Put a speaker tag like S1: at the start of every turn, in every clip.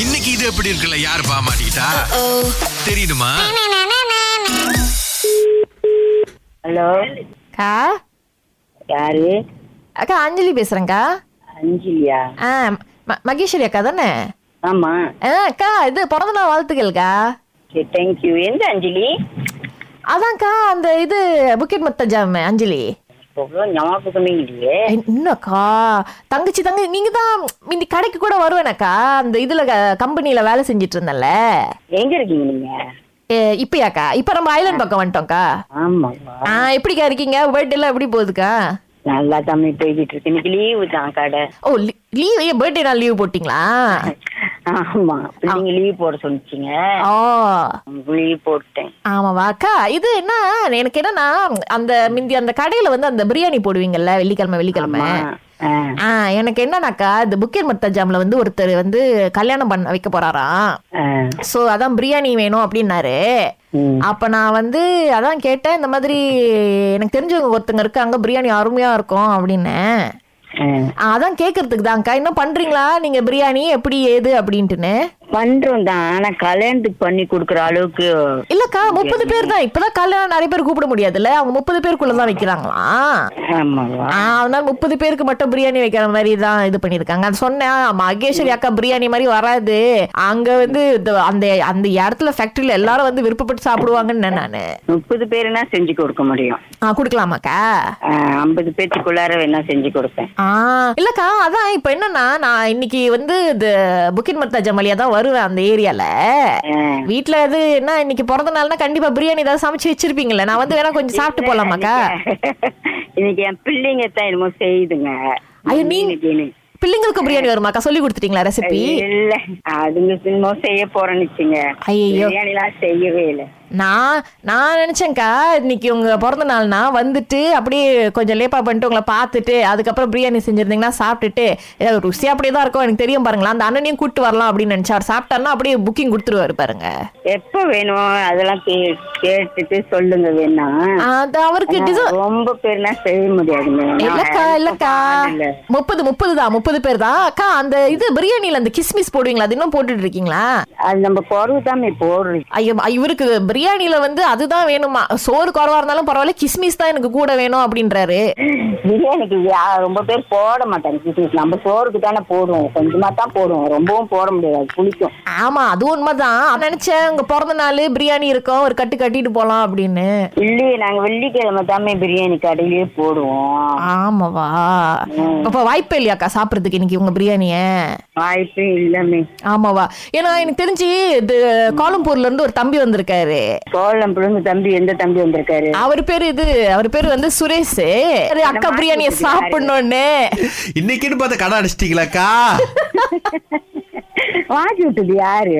S1: இன்னைக்கு இது எப்படி இருக்குல்ல யார் பாமாட்டா தெரியுமா
S2: ஹலோ
S3: அக்கா
S2: யாரு
S3: அக்கா அஞ்சலி பேசுறேங்க்கா
S2: அஞ்சலியா
S3: ஆ ம- மகேஸ்வரி அக்கா தானே
S2: ஆமா
S3: ஆ அக்கா இது பிறந்த நாள் வாழ்த்துக்கள்க்கா
S2: சரி தேங்க்யூ எந்த அஞ்சலி
S3: அதான்க்கா அந்த இது புக்கெட் மொத்த ஜாம் அஞ்சலி
S2: அவ்வளோ ஞாபகமே இல்லையே
S3: என்னக்கா தங்கச்சி தங்க நீங்க தான் இந்த கடைக்கு கூட வருவேனக்கா அந்த இதுல க- கம்பெனில வேலை செஞ்சுட்டு இருந்தேன்ல
S2: எங்க இருக்கீங்க நீங்க
S3: ஏ, இப்பயாக்கா இப்ப நம்ம ஐலண்ட் பக்கம் வந்துட்டோம்க்கா
S2: ஆமாவா
S3: ஆ எப்படிக்கா இருக்கீங்க பர்த்டே எல்லாம் எப்படி போகுதுக்கா
S2: நல்லா தம்பி போய்கிட்டு இருக்கு இன்னைக்கு லீவு தான் கடை
S3: ஓ லீவ் ஏன் பர்த்டே நான் லீவ் போட்டிங்களா
S2: ஆமா பிள்ளைங்க லீவ் போட சொன்னிச்சிங்க
S3: ஓ
S2: லீவ் போட்டேன்
S3: ஆமாவா அக்கா இது என்ன எனக்கு என்னன்னா அந்த மிந்தி அந்த கடையில வந்து அந்த பிரியாணி போடுவீங்கல்ல வெள்ளிக்கிழமை வெள்ளிக்கிழமை
S2: ஆமா ஆ,
S3: ஆ எனக்கு என்னன்னாக்கா இந்த புக்கேர் மர்த்தஜாம்ல வந்து ஒருத்தர் வந்து கல்யாணம் பண்ண வைக்க போறாராம்
S2: ஆ,
S3: ஸோ அதான் பிரியாணி வேணும் அப்படின்னாரு
S2: ம்.
S3: அப்ப நான் வந்து அதான் கேட்டேன் இந்த மாதிரி எனக்கு தெரிஞ்சவங்க ஒருத்தங்க இருக்காங்க பிரியாணி அருமையா இருக்கும் அப்படின்னேன்
S2: ஆ.
S3: ஆ, அதான் கேட்கறதுக்கு தான்க்கா இன்னும் பண்றீங்களா நீங்க பிரியாணி எப்படி ஏது அப்படின்ட்டுன்னு
S2: பண்றோம் தான் ஆனா கல்யாணத்துக்கு பண்ணி கொடுக்குற அளவுக்கு
S3: இல்லக்கா முப்பது பேர் தான் இப்பதான் கல்யாணம் நிறைய பேர் கூப்பிட முடியாதுல்ல அவங்க முப்பது பேருக்குள்ள தான் வைக்கிறாங்களாம்
S2: ஆமாவா
S3: ஆ, அதனால முப்பது பேருக்கு மட்டும் பிரியாணி வைக்கிற மாதிரி தான் இது பண்ணிருக்காங்க அது சொன்னேன் ஆ, மகேஸ்வரி அக்கா பிரியாணி மாதிரி வராது அங்க வந்து இந்த- அந்த அந்த இடத்துல ஃபேக்டரியில எல்லாரும் வந்து விருப்பப்பட்டு சாப்பிடுவாங்கன்னு நானு
S2: முப்பது பேருனா செஞ்சு கொடுக்க முடியும்
S3: ஆ, குடுக்கலாமாக்கா
S2: ஆ, ஐம்பது பேத்துக்குள்ளார வேணா செஞ்சு கொடுப்பேன்
S3: ஆ இல்லக்கா அதான் இப்ப என்னன்னா நான் இன்னைக்கு வந்து இந்த புக்கின் மர்த்தா ஜமாலியா தான் வருவேன் அந்த ஏரியால
S2: ஆ.
S3: வீட்ல அது என்ன இன்னைக்கு பிறந்த நாள்னா கண்டிப்பா பிரியாணி ஏதாவது சமைச்சு வச்சிருப்பீங்கல்ல நான் வந்து வேணா கொஞ்சம் சாப்பிட்டு போலாமாக்கா
S2: இன்னைக்கு என் பிள்ளைங்க தான் என்னமோ செய்யுதுங்க
S3: ஐயோ, நீ-
S2: இன்னைக்கு எனக்கு-
S3: பிள்ளைங்களுக்கு பிரியாணி வருமாக்கா சொல்லி கொடுத்துட்டீங்களா ரெசிபி
S2: இல்ல அதுங்க என்னமோ செய்ய போறேன்னுச்சுங்க
S3: ஐயையோ.
S2: பிரியாணிலாம் செய்யவே இல்ல
S3: நான் நான் நினைச்சேன்க்கா இன்னைக்கு உங்க பிறந்த நாள்னா வந்துட்டு அப்படியே கொஞ்சம் லேப்பா பண்ணிட்டு உங்களை பார்த்துட்டு அதுக்கப்புறம் பிரியாணி செஞ்சிருந்தீங்கன்னா சாப்பிட்டுட்டு ஏதாவது ருசி அப்படியே தான் இருக்கும் எனக்கு தெரியும் பாருங்களா அந்த அண்ணனையும் கூட்டு வரலாம் அப்படின்னு நினைச்சா அவர் சாப்பிட்டாருன்னா அப்படியே புக்கிங் கொடுத்துருவாரு பாருங்க
S2: எப்ப வேணும் அதெல்லாம் கே- கேட்டுட்டு சொல்லுங்க வேணா
S3: அது அவருக்கு டிச-
S2: ரொம்ப பேர்னா செய்ய முடியாதுங்க
S3: இல்லக்கா
S2: நான்
S3: இல்லக்கா
S2: இல்ல.
S3: முப்பது முப்பது தான் முப்பது பேர் தான் அக்கா அந்த இது பிரியாணியில அந்த கிஸ்மிஸ் போடுவீங்களா அது இன்னும் போட்டுட்டு இருக்கீங்களா
S2: அது நம்ம குறவு தான் போடுறோம்
S3: ஐயோ இவருக்கு பிரியாணியில வந்து அதுதான் வேணுமா சோறு குறவா இருந்தாலும் பரவாயில்ல கிஸ்மிஸ் தான் எனக்கு கூட வேணும் அப்படின்றாரு
S2: பிரியாணிக்கு யா- ரொம்ப பேர் போட மாட்டாங்க கிஸ்மிஸ் நம்ம சோறுக்கு தானே போடுவோம் கொஞ்சமா தான் போடுவோம் ரொம்பவும் போட முடியாது புளிக்கும்
S3: ஆமா அது உண்மைதான் நான் நினைச்சேன் உங்க பிறந்த நாள் பிரியாணி இருக்கும் ஒரு கட்டு கட்டிட்டு போலாம் அப்படின்னு
S2: இல்லையே நாங்க வெள்ளிக்கிழமை தாமே பிரியாணி கடையிலேயே போடுவோம்
S3: ஆமாவா அப்ப வாய்ப்பே இல்லையாக்கா சாப்பிடறதுக்கு இன்னைக்கு உங்க பிரியாணிய
S2: வாய்ப்பே இல்லமே
S3: ஆமாவா ஏன்னா எனக்கு தெரிஞ்சு இது கோலம்பூர்ல இருந்து ஒரு தம்பி வந்திருக்காரு
S2: கோலம் பிள்ளைங்க தம்பி எந்த தம்பி வந்திருக்காரு
S3: அவர் பேரு இது அவர் பேரு வந்து சுரேஷ் அக்கா பிரியாணியை சாப்பிடணும்னு
S1: இன்னைக்குன்னு பார்த்து கடை அடிச்சிட்டீங்களாக்கா
S2: வாங்கி விட்டது யாரு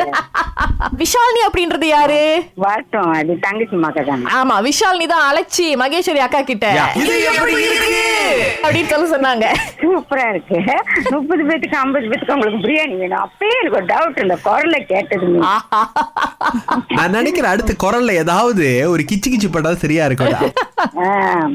S3: விஷாலினி அப்படின்றது யாரு
S2: வரட்டும் அது தங்கச்சி மக்க தானே
S3: ஆமா விஷாலினி தான் அழைச்சி மகேஸ்வரி அக்கா கிட்ட
S1: யா, இது எப்படி இருக்கு
S3: அப்படின்னு சொல்ல சொன்னாங்க
S2: சூப்பரா இருக்கு முப்பது பேத்துக்கு ஐம்பது பேத்துக்கு உங்களுக்கு பிரியாணி வேணும் அப்பயே எனக்கு ஒரு டவுட் இந்த குரலை கேட்டது
S3: ஆஹா.
S1: நான் நினைக்கிறேன் அடுத்த குரல்ல ஏதாவது ஒரு கிச்சு கிச்சு பட்டா சரியா இருக்கும்
S2: ஆஹ்